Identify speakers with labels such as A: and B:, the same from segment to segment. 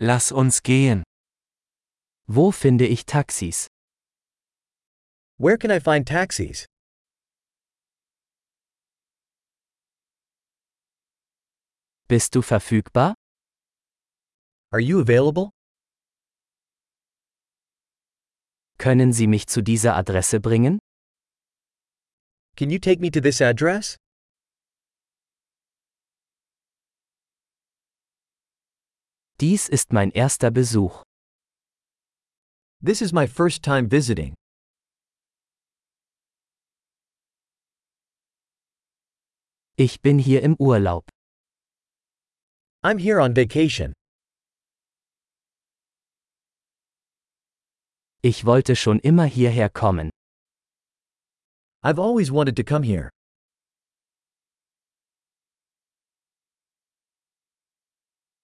A: Lass uns gehen. Wo finde ich Taxis?
B: Where can I find taxis?
A: Bist du verfügbar?
B: Are you available?
A: Können Sie mich zu dieser Adresse bringen?
B: Can you take me to this address?
A: Dies ist mein erster Besuch.
B: This is my first time visiting.
A: Ich bin hier im Urlaub.
B: I'm here on vacation.
A: Ich wollte schon immer hierher kommen.
B: I've always wanted to come here.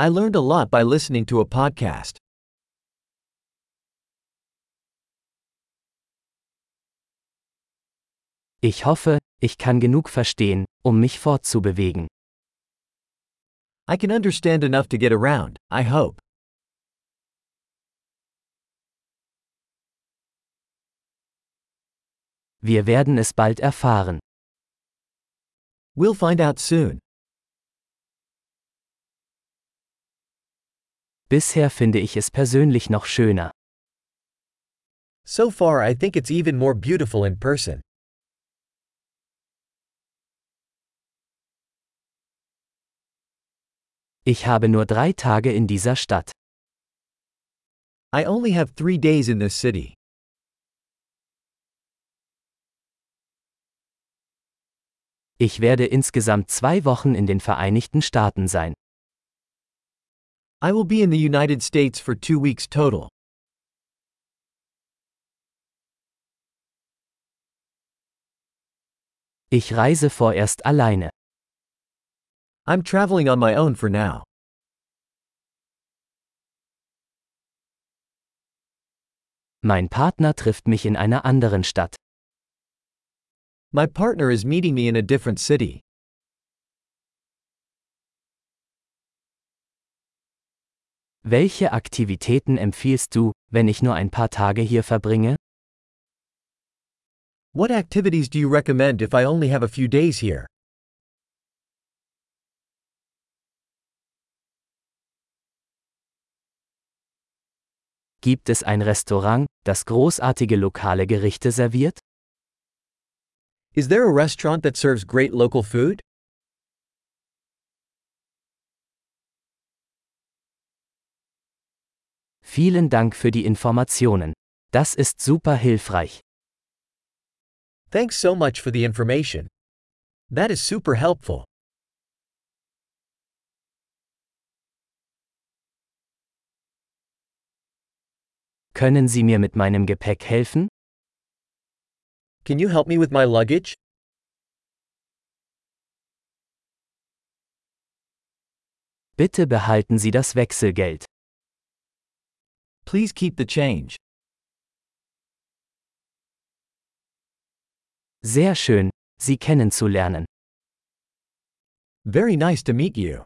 B: I learned a lot by listening to a podcast.
A: Ich hoffe, ich kann genug verstehen, um mich fortzubewegen.
B: I can understand enough to get around, I hope.
A: Wir werden es bald erfahren.
B: We'll find out soon.
A: Bisher finde ich es persönlich noch schöner.
B: So far, I think it's even more beautiful in person.
A: Ich habe nur drei Tage in dieser Stadt.
B: I only have three days in this city.
A: Ich werde insgesamt zwei Wochen in den Vereinigten Staaten sein.
B: I will be in the United States for two weeks total.
A: Ich reise vorerst alleine.
B: I'm traveling on my own for now.
A: Mein Partner trifft mich in einer anderen Stadt.
B: My partner is meeting me in a different city.
A: Welche Aktivitäten empfiehlst du, wenn ich nur ein paar Tage hier verbringe?
B: What activities do you recommend if I only have a few days here?
A: Gibt es ein Restaurant, das großartige lokale Gerichte serviert?
B: Is there a restaurant that serves great local food?
A: Vielen Dank für die Informationen. Das ist super hilfreich.
B: Thanks so much for the information. That is super helpful.
A: Können Sie mir mit meinem Gepäck helfen?
B: Can you help me with my luggage?
A: Bitte behalten Sie das Wechselgeld.
B: Please keep the change.
A: Sehr schön, Sie kennenzulernen.
B: Very nice to meet you.